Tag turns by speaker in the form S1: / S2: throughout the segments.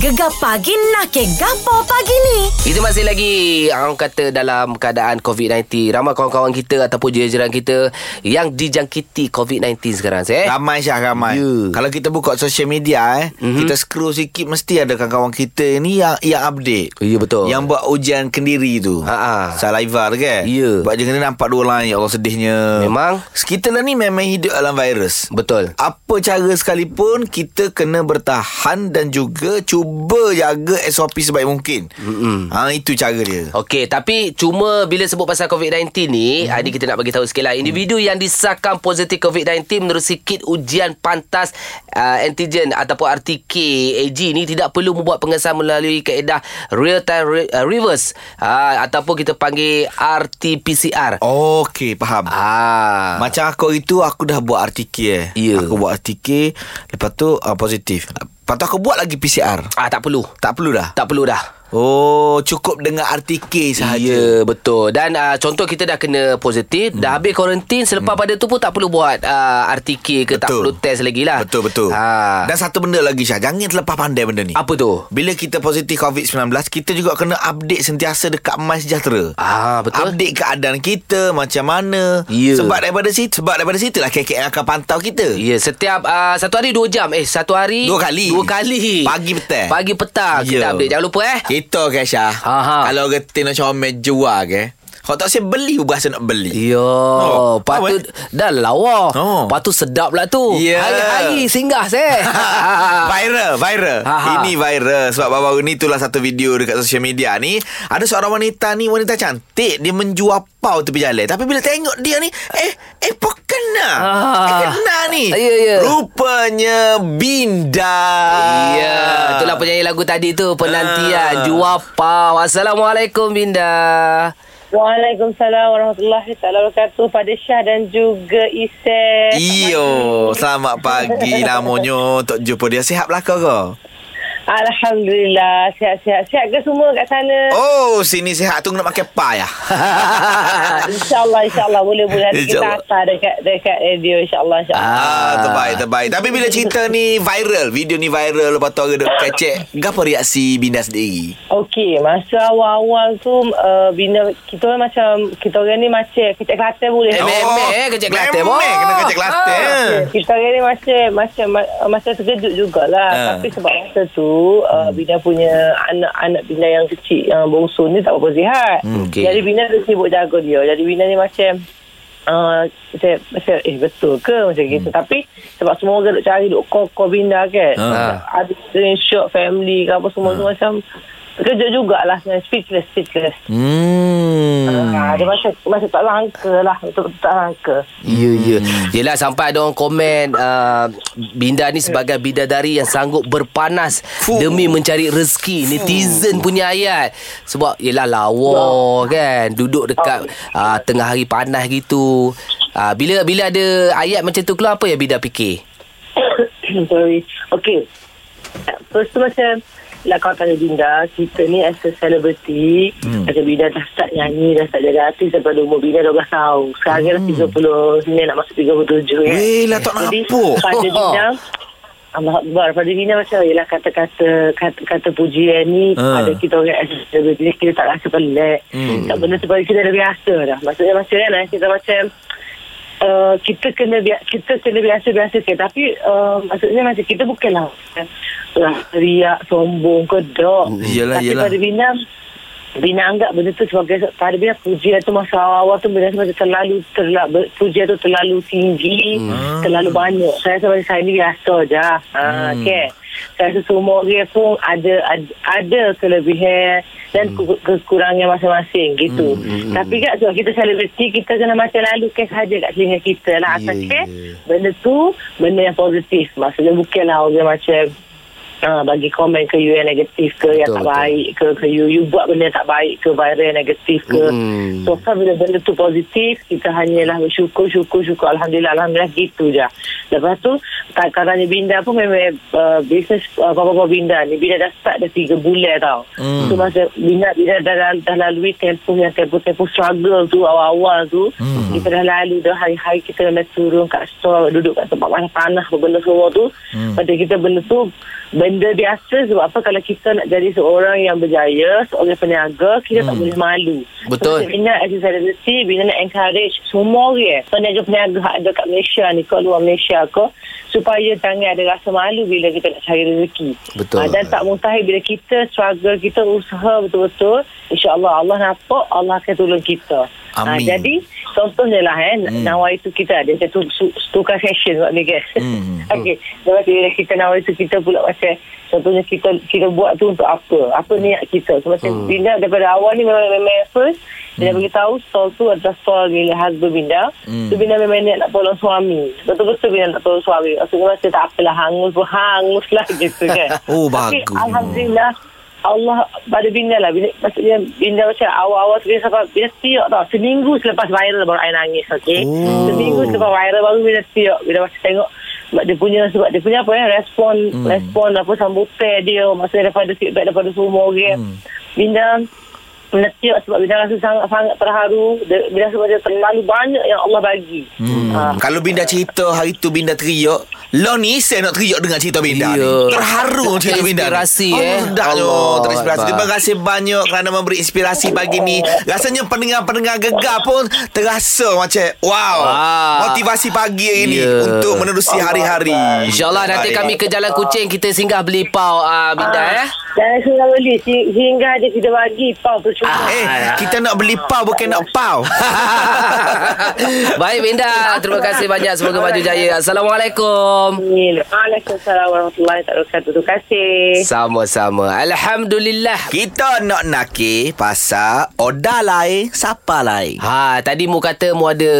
S1: Gegar pagi nak ke gapo pagi ni?
S2: Kita masih lagi Orang kata dalam keadaan COVID-19 Ramai kawan-kawan kita Ataupun jiran-jiran kita Yang dijangkiti COVID-19 sekarang eh?
S3: Ramai Syah ramai
S2: Ya. Mhm.
S3: yeah. Kalau kita buka social media eh mm-hmm. Kita scroll sikit Mesti ada kawan-kawan kita ni Yang yang update
S2: Ya betul
S3: Yang buat ujian kendiri tu
S2: Ha-ha.
S3: Saliva tu kan
S2: Ya.
S3: Buat ujian kendiri nampak dua orang Ya Allah sedihnya
S2: Memang.
S3: Kita lah ni memang hidup dalam virus
S2: Betul
S3: Apa cara sekalipun Kita kena bertahan Dan juga Cuba jaga SOP sebaik mungkin mm-hmm. ha, Itu cara dia
S2: Okey, tapi cuma bila sebut pasal COVID-19 ni, hmm. kita nak bagi tahu sikit lah. Individu yang disahkan positif COVID-19 menerusi kit ujian pantas uh, antigen ataupun RTK AG ni tidak perlu membuat pengesahan melalui kaedah real time re- uh, reverse uh, ataupun kita panggil
S3: Oh.
S2: RT-PCR.
S3: Okey faham
S2: Ah.
S3: Macam aku itu Aku dah buat RTK eh.
S2: Ya.
S3: Aku buat RTK Lepas tu uh, positif Lepas tu aku buat lagi PCR
S2: ah tak perlu.
S3: Tak perlu dah
S2: Tak perlu dah.
S3: Oh cukup dengan RTK sahaja
S2: Ya betul Dan uh, contoh kita dah kena positif hmm. Dah habis kuarantin Selepas hmm. pada tu pun tak perlu buat uh, RTK ke betul. Tak
S3: Betul.
S2: perlu test lagi lah
S3: Ya. Betul betul
S2: ha.
S3: Dan satu benda lagi Syah Jangan terlepas pandai benda ni
S2: Apa tu?
S3: Bila kita positif COVID-19 Kita juga kena update sentiasa Dekat My Sejahtera
S2: Ah betul.
S3: Update keadaan kita Macam mana
S2: Ya.
S3: Sebab daripada situ Sebab daripada situ lah KKN akan pantau kita
S2: Ya, yeah, setiap uh, satu hari dua jam. Eh, satu hari
S3: Dua kali.
S2: Dua kali.
S3: Pagi petang.
S2: Pagi petang yeah. kita
S3: Ya.
S2: update. Jangan lupa eh.
S3: Kita ke Syah
S2: Ha, ha.
S3: Kalau getin nak comel jual ke Kau tak saya beli Berasa nak beli
S2: Yo, oh,
S3: Oh,
S2: patut
S3: apa
S2: dah lawa.
S3: Oh.
S2: Patut sedap lah tu.
S3: Ya.
S2: Hari-hari singgah seh.
S3: viral, viral.
S2: Ha, ha.
S3: Ini viral sebab baru-baru ni itulah satu video dekat social media ni ada seorang wanita ni wanita cantik dia menjual pau tepi jalan tapi bila tengok dia ni eh eh pok kena.
S2: Ah.
S3: Eh kena ni.
S2: Ya, ya.
S3: Rupanya Binda.
S2: Ya, itulah penyanyi lagu tadi tu penantian
S3: Ah.
S2: jual pau. Assalamualaikum Binda.
S4: Waalaikumsalam warahmatullahi taala wabarakatuh pada Syah dan juga Isel.
S3: Iyo, selamat pagi namanya Tok jumpa dia sihatlah kau kau.
S4: Alhamdulillah sihat-sihat. Sihat ke semua kat sana?
S3: Oh, sini sihat tu nak pakai pa ya.
S4: InsyaAllah, insyaAllah. Boleh-boleh nanti kita
S3: InsyaAllah.
S4: hantar dekat, dekat radio. InsyaAllah, insyaAllah.
S3: Ah, terbaik, terbaik. Tapi bila cerita ni viral, video ni viral, lepas tu orang duk kecek, apa reaksi Binda sendiri?
S4: Okey, masa awal-awal tu, uh, bina, kita orang macam, kita orang ni macam, kita Kelantan boleh.
S2: Eh,
S4: tak?
S2: Memang, eh, kecek Kelantan,
S3: Memang
S2: boh. Ah,
S3: kena kecek eh. Kelantan.
S2: Ha.
S4: Okay, Kita hari ni masa masa masa terkejut jugalah
S2: Ha.
S3: Ah.
S4: uh. tapi sebab masa tu uh,
S2: Hmm.
S4: Bina punya anak-anak Bina yang kecil yang bongsu ni tak apa sihat.
S2: Hmm, okey.
S4: Jadi Bina tu sibuk jaga dia. Jadi Bina ni macam Uh, saya, saya, eh betul ke macam gitu
S2: Hmm.
S4: tapi sebab semua orang duk cari duk kau-kau Bina kan
S2: Ah.
S4: ada screenshot family ke apa semua
S2: Ha.
S4: tu macam terkejut jugalah sebenarnya speechless speechless
S3: Hmm.
S4: Ah, dia macam, macam tak langka lah betul-betul tak langka
S2: Ya, ya. Yelah sampai ada orang komen uh, Binda ni sebagai bidadari yang sanggup berpanas
S3: Fuh.
S2: Demi mencari rezeki Netizen punya ayat Sebab yelah lawa kan Duduk dekat uh, tengah hari panas gitu uh, Bila bila ada ayat macam tu keluar apa yang Binda fikir?
S4: Sorry. Okay. First tu macam lah kalau tanya Binda, kita ni as a celebrity, hmm. macam Binda dah start nyanyi, dah start jadi artis daripada umur Binda 12 tahun. Sekarang hmm. dah 39, nak masuk 37 kan.
S3: Weh, lah tak
S4: Jadi
S3: nampak.
S4: pada Binda, Allah Akbar. Pada Binda macam, yelah kata-kata kata, kata pujian ni,
S3: Ah.
S4: pada kita orang as a celebrity, kita tak rasa pelik. Hmm. Tak benda sebab kita dah biasa dah. Maksudnya macam kan, eh, kita macam, uh, kita kena bia- kita kena biasa-biasa ke tapi uh, maksudnya macam kita bukanlah uh, riak sombong ke dok
S3: Mm, iyalah,
S4: tapi
S3: iyalah.
S4: pada Bina Bina anggap benda tu sebagai pada Bina pujian tu masa awal tu Bina macam terlalu, terlalu pujian tu terlalu tinggi terlalu banyak saya sebagai saya ni biasa je ha, okay saya rasa semua orang pun ada ada, ada kelebihan dan hmm. kekurangan masing-masing gitu. Hmm, hmm, Tapi kat sebab kita selebriti kita kena macam lalu kes saja kat telinga kita lah asal
S2: Ya,
S4: yeah, benda tu benda yang positif. Maksudnya bukanlah orang macam Ha, bagi komen ke you yang negatif ke yang
S2: Betul,
S4: tak
S2: betul.
S4: baik ke ke you you buat benda yang tak baik ke viral yang negatif ke
S2: Mm.
S4: so far bila benda tu positif kita hanyalah bersyukur syukur syukur alhamdulillah alhamdulillah gitu je lepas tu kadang-kadang Binda pun memang uh, bisnes uh, bapa-bapa Binda ni Binda dah start dah 3 bulan tau mm. so masa Binda, Binda dah, dah, dah lalui tempoh yang tempoh-tempoh struggle tu awal-awal tu mm. kita dah lalu dah hari-hari kita memang turun kat store duduk kat tempat panas-panas benda semua tu mm. pada kita benda tu benda benda biasa sebab apa kalau kita nak jadi seorang yang berjaya seorang peniaga kita hmm. tak boleh malu
S2: Betul.
S4: so, Bina as a celebrity Bina nak encourage semua orang eh, peniaga-peniaga yang ada kat Malaysia ni kat luar Malaysia ke supaya jangan ada rasa malu bila kita nak cari rezeki
S2: Betul.
S4: Ah, dan tak mustahil bila kita struggle kita usaha betul-betul insyaAllah Allah nampak Allah akan tolong kita Ah,
S3: Amin.
S4: jadi contohnya lah eh hmm. nawai itu kita ada satu su- tukar session buat ni guys
S3: Hmm.
S4: Okey, sebab bila kita nawar itu kita pula macam contohnya kita kita buat tu untuk apa? Apa niat kita? Sebab hmm. Binda daripada awal ni memang memang first dia bagi tahu stall tu adalah stall milik husband Binda.
S3: Hmm.
S4: Hmm. So Binda memang niat nak tolong suami. Betul-betul Binda nak tolong suami. Maksudnya macam tak apalah hangus pun hangus lah gitu kan.
S3: Oh,
S4: Tapi,
S3: bagus.
S4: Alhamdulillah Allah pada Binda lah Binda, Maksudnya Binda macam awal-awal tu Binda sampai Binda tiok tau Seminggu selepas viral Baru I nangis okay?
S3: Oh.
S4: Seminggu selepas viral Baru Binda tiok Binda macam tengok sebab dia punya sebab dia punya apa ya respon hmm. respon apa sambutan dia maksudnya daripada feedback daripada semua orang hmm. Binda menetiak sebab Binda rasa sangat-sangat terharu Dia- Binda sebab dia terlalu banyak yang Allah bagi hmm.
S3: Hmm. Kalau Binda cerita hari tu Binda teriak Lo ni saya nak teriak dengar cerita Binda ni.
S2: Ya.
S3: Terharu cerita Binda ni.
S2: Terinspirasi, eh.
S3: Allah, Sedapnya
S2: Allah
S3: Terinspirasi
S2: Akbar.
S3: Terima kasih banyak Kerana memberi inspirasi pagi ni Rasanya pendengar-pendengar gegar pun Terasa macam Wow
S2: Wah.
S3: Motivasi pagi hari ni
S2: Ya.
S3: Untuk menerusi hari-hari
S2: InsyaAllah nanti
S3: Baik.
S2: kami ke Jalan Kucing Kita singgah beli pau uh, Binda ya
S4: dan saya beli si- sehingga dia tidak bagi pau percuma
S3: Eh
S2: Ah, ya.
S3: kita nak beli pau Bukan nak pau
S2: Baik Binda Terima kasih banyak Semoga maju jaya Assalamualaikum
S4: Amin. Waalaikumsalam warahmatullahi wabarakatuh. Terima kasih.
S2: Sama-sama Alhamdulillah
S3: Kita nak nakir Pasal Oda lain Siapa lain
S2: Ha, tadi mu kata mu ada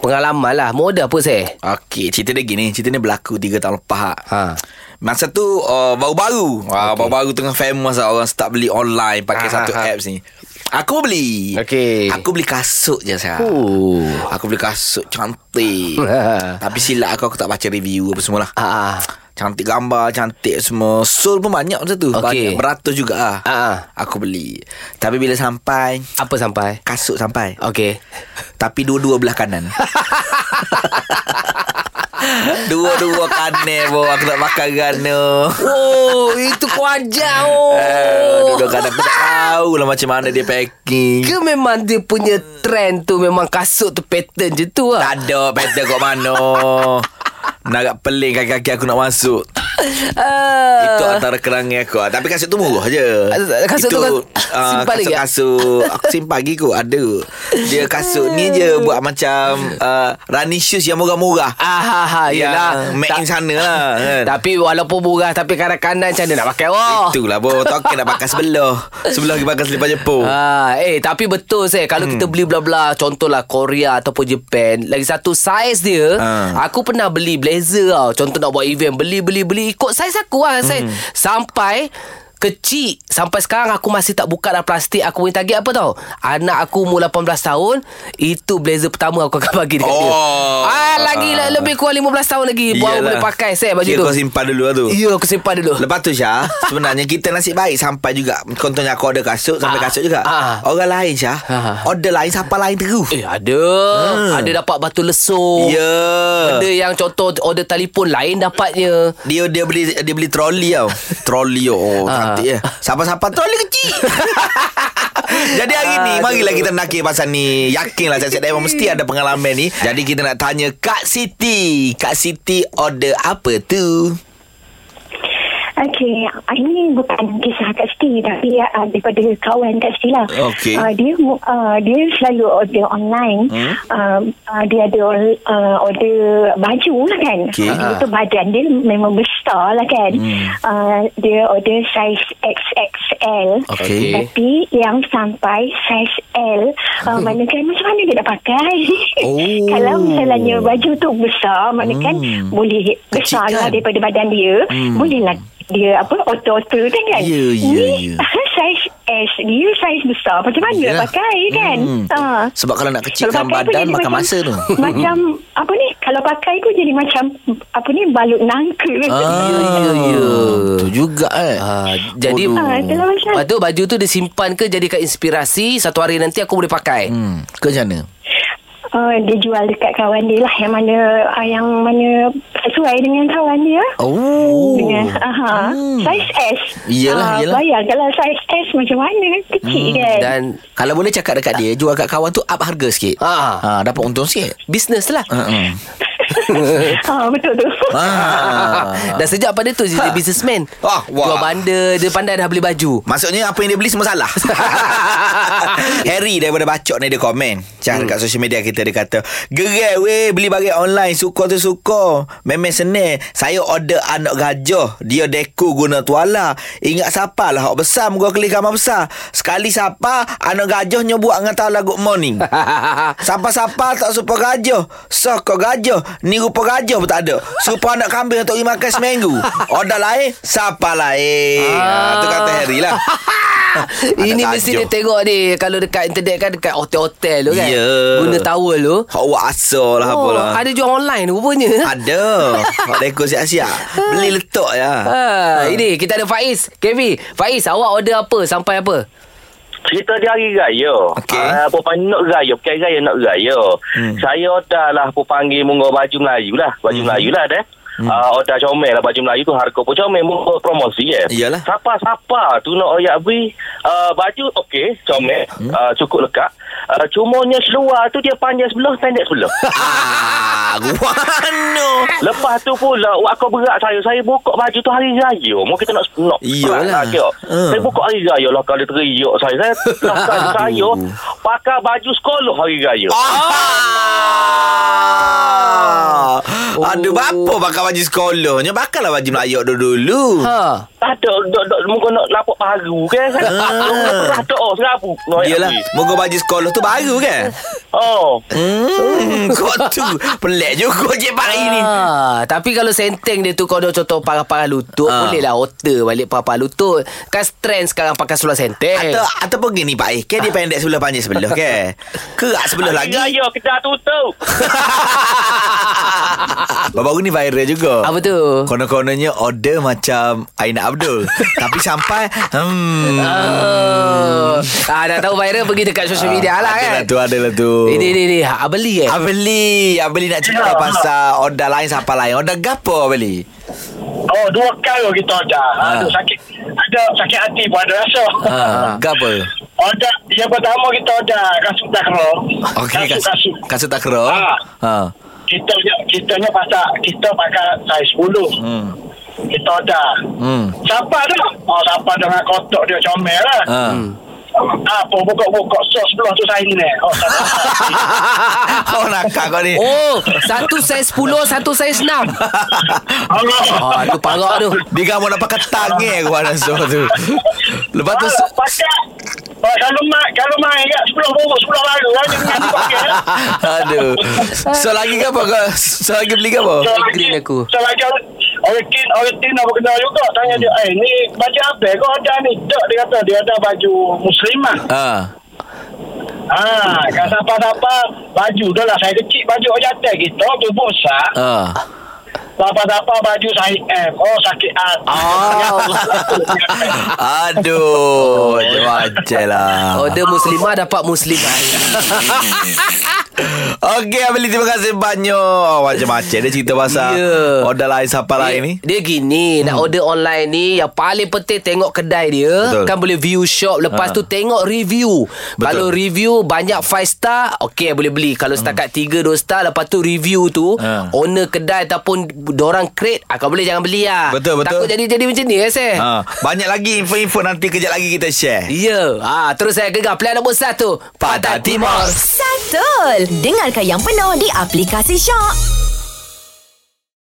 S2: pengalaman lah. Mu ada apa saya?
S3: Okey, cerita dia gini. Cerita ni berlaku 3 tahun lepas. Hak.
S2: Ha.
S3: Masa tu uh, baru-baru. Ah, baru-baru tengah famous lah orang start beli online pakai
S2: Ah,
S3: satu
S2: ah, ah.
S3: apps ni. Aku beli.
S2: Okey.
S3: Aku beli kasut je sekarang.
S2: Oh.
S3: Aku beli kasut cantik. Tapi silap aku aku tak baca review apa semua lah.
S2: Ha. ha.
S3: Cantik gambar Cantik semua Sol pun banyak masa tu
S2: Okey.
S3: Banyak Beratus juga lah
S2: Ah, ah.
S3: Aku beli Tapi bila sampai
S2: Apa sampai?
S3: Kasut sampai
S2: Okey.
S3: tapi dua-dua belah kanan Dua-dua kanan bo Aku tak makan gana
S2: Oh, itu kuajar. Oh.
S3: Eh, Dua-dua kanan Aku tak tahu lah macam mana dia packing
S2: Ke memang dia punya trend tu memang kasut tu pattern je tu lah.
S3: Tak ada pattern kot mana Narak peling kaki-kaki aku nak masuk
S2: Uh,
S3: Itu antara kerangan aku Ah, Tapi kasut tu murah je
S2: Kasut
S3: Itu,
S2: tu kas-
S3: ah,
S2: simpan lagi ya? tak?
S3: Kasut-kasut Aku simpan lagi kot Ada Dia kasut ni je Buat macam uh, Running shoes yang murah-murah
S2: Ah, ha, ha, yelah.
S3: Yang make in sana lah kan.
S2: Tapi walaupun murah Tapi kanan-kanan Macam mana nak pakai oh.
S3: Itulah bo Token nak pakai sebelah Sebelah lagi pakai selipar Jepun
S2: Ah, eh tapi betul saya kalau hmm. kita beli bla-bla contohlah Korea ataupun Japan lagi satu saiz dia
S3: Ah.
S2: aku pernah beli blazer tau contoh nak buat event beli beli beli ikut saiz aku lah saya
S3: Hmm.
S2: sampai kecil sampai sekarang aku masih tak buka dah plastik aku punya target apa tau anak aku umur 18 tahun itu blazer pertama aku akan bagi dekat dia
S3: Oh.
S2: ah lagi lah, lebih kurang 15 tahun lagi baru
S3: Iyalah.
S2: boleh pakai saya baju
S3: Kira
S2: tu
S3: kau simpan dulu lah tu
S2: ya aku simpan dulu
S3: Lepas tu Syah Sebenarnya kita nasib baik Sampai juga Contohnya aku order kasut Sampai
S2: Ah.
S3: kasut juga
S2: Ah.
S3: Orang lain Syah
S2: Ah.
S3: Order lain Siapa lain terus
S2: Eh oh. ada
S3: Ah.
S2: Ada dapat batu lesung
S3: Ya
S2: Benda yang contoh order telefon lain dapatnya.
S3: Dia dia beli dia beli troli tau. Troli oh
S2: Ah.
S3: cantik ya. Siapa-siapa troli kecil. Jadi hari ni Marilah kita nakir pasal ni lah, Yakinlah Cik Daiman Mesti ada pengalaman ni Jadi kita nak tanya Kak Siti Kak Siti order apa tu?
S5: Okey, ini bukan kisah Kak Siti tapi uh, daripada kawan Kak Siti lah.
S3: Okey.
S5: Uh, dia uh, dia selalu order online.
S3: Hmm.
S5: Hmm? Uh, uh, dia ada uh, order baju lah kan.
S3: Okey. Ah.
S5: Dia tu badan dia memang besar lah kan. Hmm. Uh, dia order size XXL.
S3: Okey.
S5: Tapi yang sampai size L uh, Mana kan macam mana dia nak pakai
S3: Oh.
S5: Kalau misalnya baju tu besar Mana kan
S3: Hmm.
S5: boleh besar
S3: Kecil
S5: lah
S3: kan?
S5: daripada badan dia
S3: Hmm.
S5: Bolehlah dia apa auto-auto tu kan
S3: Ya, ya,
S5: Ni
S3: ya.
S5: saiz S Dia saiz besar Macam mana
S3: Yalah.
S5: nak pakai kan
S3: Hmm.
S5: ha.
S3: Sebab kalau nak
S5: Kalau
S3: kecilkan
S5: pakai pun
S3: badan
S5: jadi
S3: Makan
S5: macam-
S3: masa tu
S5: Macam Apa ni Kalau pakai pun jadi macam Apa ni Balut nangka kan?
S3: Ah,
S2: ya, ya.
S3: Tu juga eh
S2: Ha, jadi
S3: Bodoh.
S5: Ah, itulah macam-
S2: Lepas tu baju tu disimpan ke jadikan inspirasi satu hari nanti aku boleh pakai. Hmm.
S3: hmm. Ke macam mana?
S5: uh, dia jual dekat kawan dia lah yang mana uh, yang mana sesuai dengan kawan dia.
S3: Oh.
S5: Dengan aha, saiz S.
S3: Iyalah,
S5: Ah,
S3: iyalah.
S5: Bayang kalau saiz S macam mana kecil hmm, kan.
S2: Dan
S3: Kalau boleh cakap dekat dia Jual kat kawan tu Up harga sikit
S2: Ah.
S3: ha dapat untung sikit
S2: bisnes lah.
S3: uh-uh.
S5: ha, betul tu.
S3: ah.
S2: Dah sejak pada tu jadi
S3: Ha.
S2: businessman.
S3: Wah, wah.
S2: Jual bandar, dia pandai dah beli baju.
S3: Maksudnya apa yang dia beli semua salah Harry daripada Bacok ni dia komen Cah hmm. dekat social media kita Dia kata Gerai weh beli barang online Suka tu suka Memang senang Saya order anak gajah Dia deku guna tuala Ingat siapa lah Hak besar Muka kelih kamar besar Sekali siapa Anak gajahnya buat dengan tuala good morning Sapa-sapa tak supa gajah Soko gajah Ni rupa gajah pun tak ada Supa anak kambing untuk pergi makan seminggu Order lain Sapa lain ah. Tu kata Harry lah
S2: Ini
S3: tajuk.
S2: mesti dia tengok ni Kalau dekat internet kan Dekat hotel-hotel tu kan
S3: Ya.
S2: Guna towel tu
S3: Hak buat asal lah oh, apa lah
S2: Ada jual online rupanya
S3: Ada Hak dekor siap-siap Beli letak ya
S2: ha, Ini kita ada Faiz Kevi Faiz awak order apa Sampai apa
S4: Cerita dia hari raya.
S3: Okey.
S4: Ah, apa panggil nak raya, bukan raya nak raya. Hmm. Saya order lah apa panggil munggu baju Melayu lah. Baju hmm. Melayu lah dah. Hmm. Uh, order comel lah baju Melayu tu harga pun comel munggu promosi ya.
S3: Iyalah.
S4: Siapa-siapa tu nak oyak beli uh, baju okey comel hmm. uh, cukup lekat. Uh, cumanya seluar tu dia panjang sebelah pendek sebelah.
S3: Ah, Guano
S4: Lepas tu pula Wak kau berat saya Saya buka baju tu hari raya Mau kita nak nak
S3: Iyalah.
S4: nak tengok.
S3: Ah.
S4: Saya buka hari raya lah Kalau dia teriak saya Saya lah kali saya Pakai baju sekolah hari raya
S2: Oh.
S3: Ah.
S2: Oh.
S3: Ada bapa pakai baju sekolahnya Bakailah baju Melayu dulu-dulu
S2: Ha
S4: Tak ada dok- dok- Mungkin nak lapuk paru kan Saya
S3: Ah.
S4: Tak ada oh serabu Nak
S3: Yelah
S4: pergi.
S3: Moga baju sekolah tu baru kan
S4: Oh
S3: Hmm Kau tu Pelik juga Cik Pak ini
S2: Ah, tapi kalau senteng dia tu kau dah contoh parah-parah lutut
S3: Ah.
S2: boleh lah otter balik parah-parah lutut kan trend sekarang pakai seluar senteng
S3: Atau ataupun gini Pak
S2: Ah.
S3: Eh Kan dia pendek sebelah panjang sebelah kan Kerak sebelah
S4: Hari
S3: lagi
S4: raya kedah tutup
S3: Ah, Baru-baru ni viral juga
S2: Apa tu?
S3: Konon-kononnya order macam Aina Abdul Tapi sampai Hmm
S2: Oh. Ah, nak tahu viral pergi dekat social media lah
S3: Adalah
S2: kan
S3: Ah, tu Adalah tu
S2: Ini ni ni ah, beli eh
S3: Abeli Abeli nak cerita
S4: Ya.
S3: pasal Order lain siapa lain Order gapo Abeli
S4: Oh dua kali kita ada
S3: Ah.
S4: Aduh sakit Ada sakit hati pun ada rasa
S3: ha. Gapo
S4: Order Yang pertama kita order Kasut takro
S3: Okey kasut Kasut tak kera
S4: Ah.
S3: ha.
S4: kita kita ni pasal kita pakai saiz 10
S3: Hmm
S4: kita ada
S3: Hmm
S4: siapa tu oh siapa dengan kotak dia comel lah
S3: ha.
S2: Hmm.
S4: apa buka-buka sos sebelah tu saya ni oh siapa
S3: Oh nakak kau ni
S2: Oh, satu saiz 10, satu saiz 6.
S4: Allah
S2: Ah, tu parah tu.
S3: Dia kan mau nak pakai tangan Aku ada suara tu Lepas tu
S4: Alah, Ah, pakai Oh, kalau mak kalau main kat sebelah buruk sebelah baru kan jangan dipakai lah.
S3: Aduh So lagi ke apa kau So lagi beli ke apa
S4: So lagi-
S2: green aku.
S4: So lagi orang orang tin orang tin apa kenal juga tanya
S3: Hmm.
S4: dia eh ni baju apa kau ada ni tak dia kata dia ada baju muslimah
S3: Ha.
S4: Ah, kan siapa-siapa baju dah lah saya kecil baju orang jatuh kita tu besar.
S3: Ha.
S4: Siapa-siapa baju saya M. Oh sakit hati.
S3: Oh. Aduh, macam lah.
S2: Order muslimah dapat muslimah.
S3: Okey, Abeli terima kasih banyak. Macam-macam dia cerita pasal
S2: Ya.
S3: yeah. order lain siapa lain ni.
S2: Dia gini
S3: Hmm.
S2: Nak order online ni Yang paling penting Tengok kedai dia
S3: Betul.
S2: Kan boleh view shop Lepas
S3: Ha.
S2: tu tengok review
S3: Betul. Hmm.
S2: Kalau review Banyak 5 star Okay boleh beli Kalau setakat 3 2 star Lepas tu review tu
S3: Ha.
S2: Owner kedai Ataupun Diorang crate ah, Kalau boleh jangan beli lah
S3: Betul, betul.
S2: Takut jadi jadi macam ni eh, Seh
S3: Ha. Banyak lagi info-info nanti kejap lagi kita share.
S2: Ya ah, Terus saya gegar Pilihan nombor 1
S3: Pantai Timur.
S1: Settle. Dengarkan yang penuh di aplikasi Shock.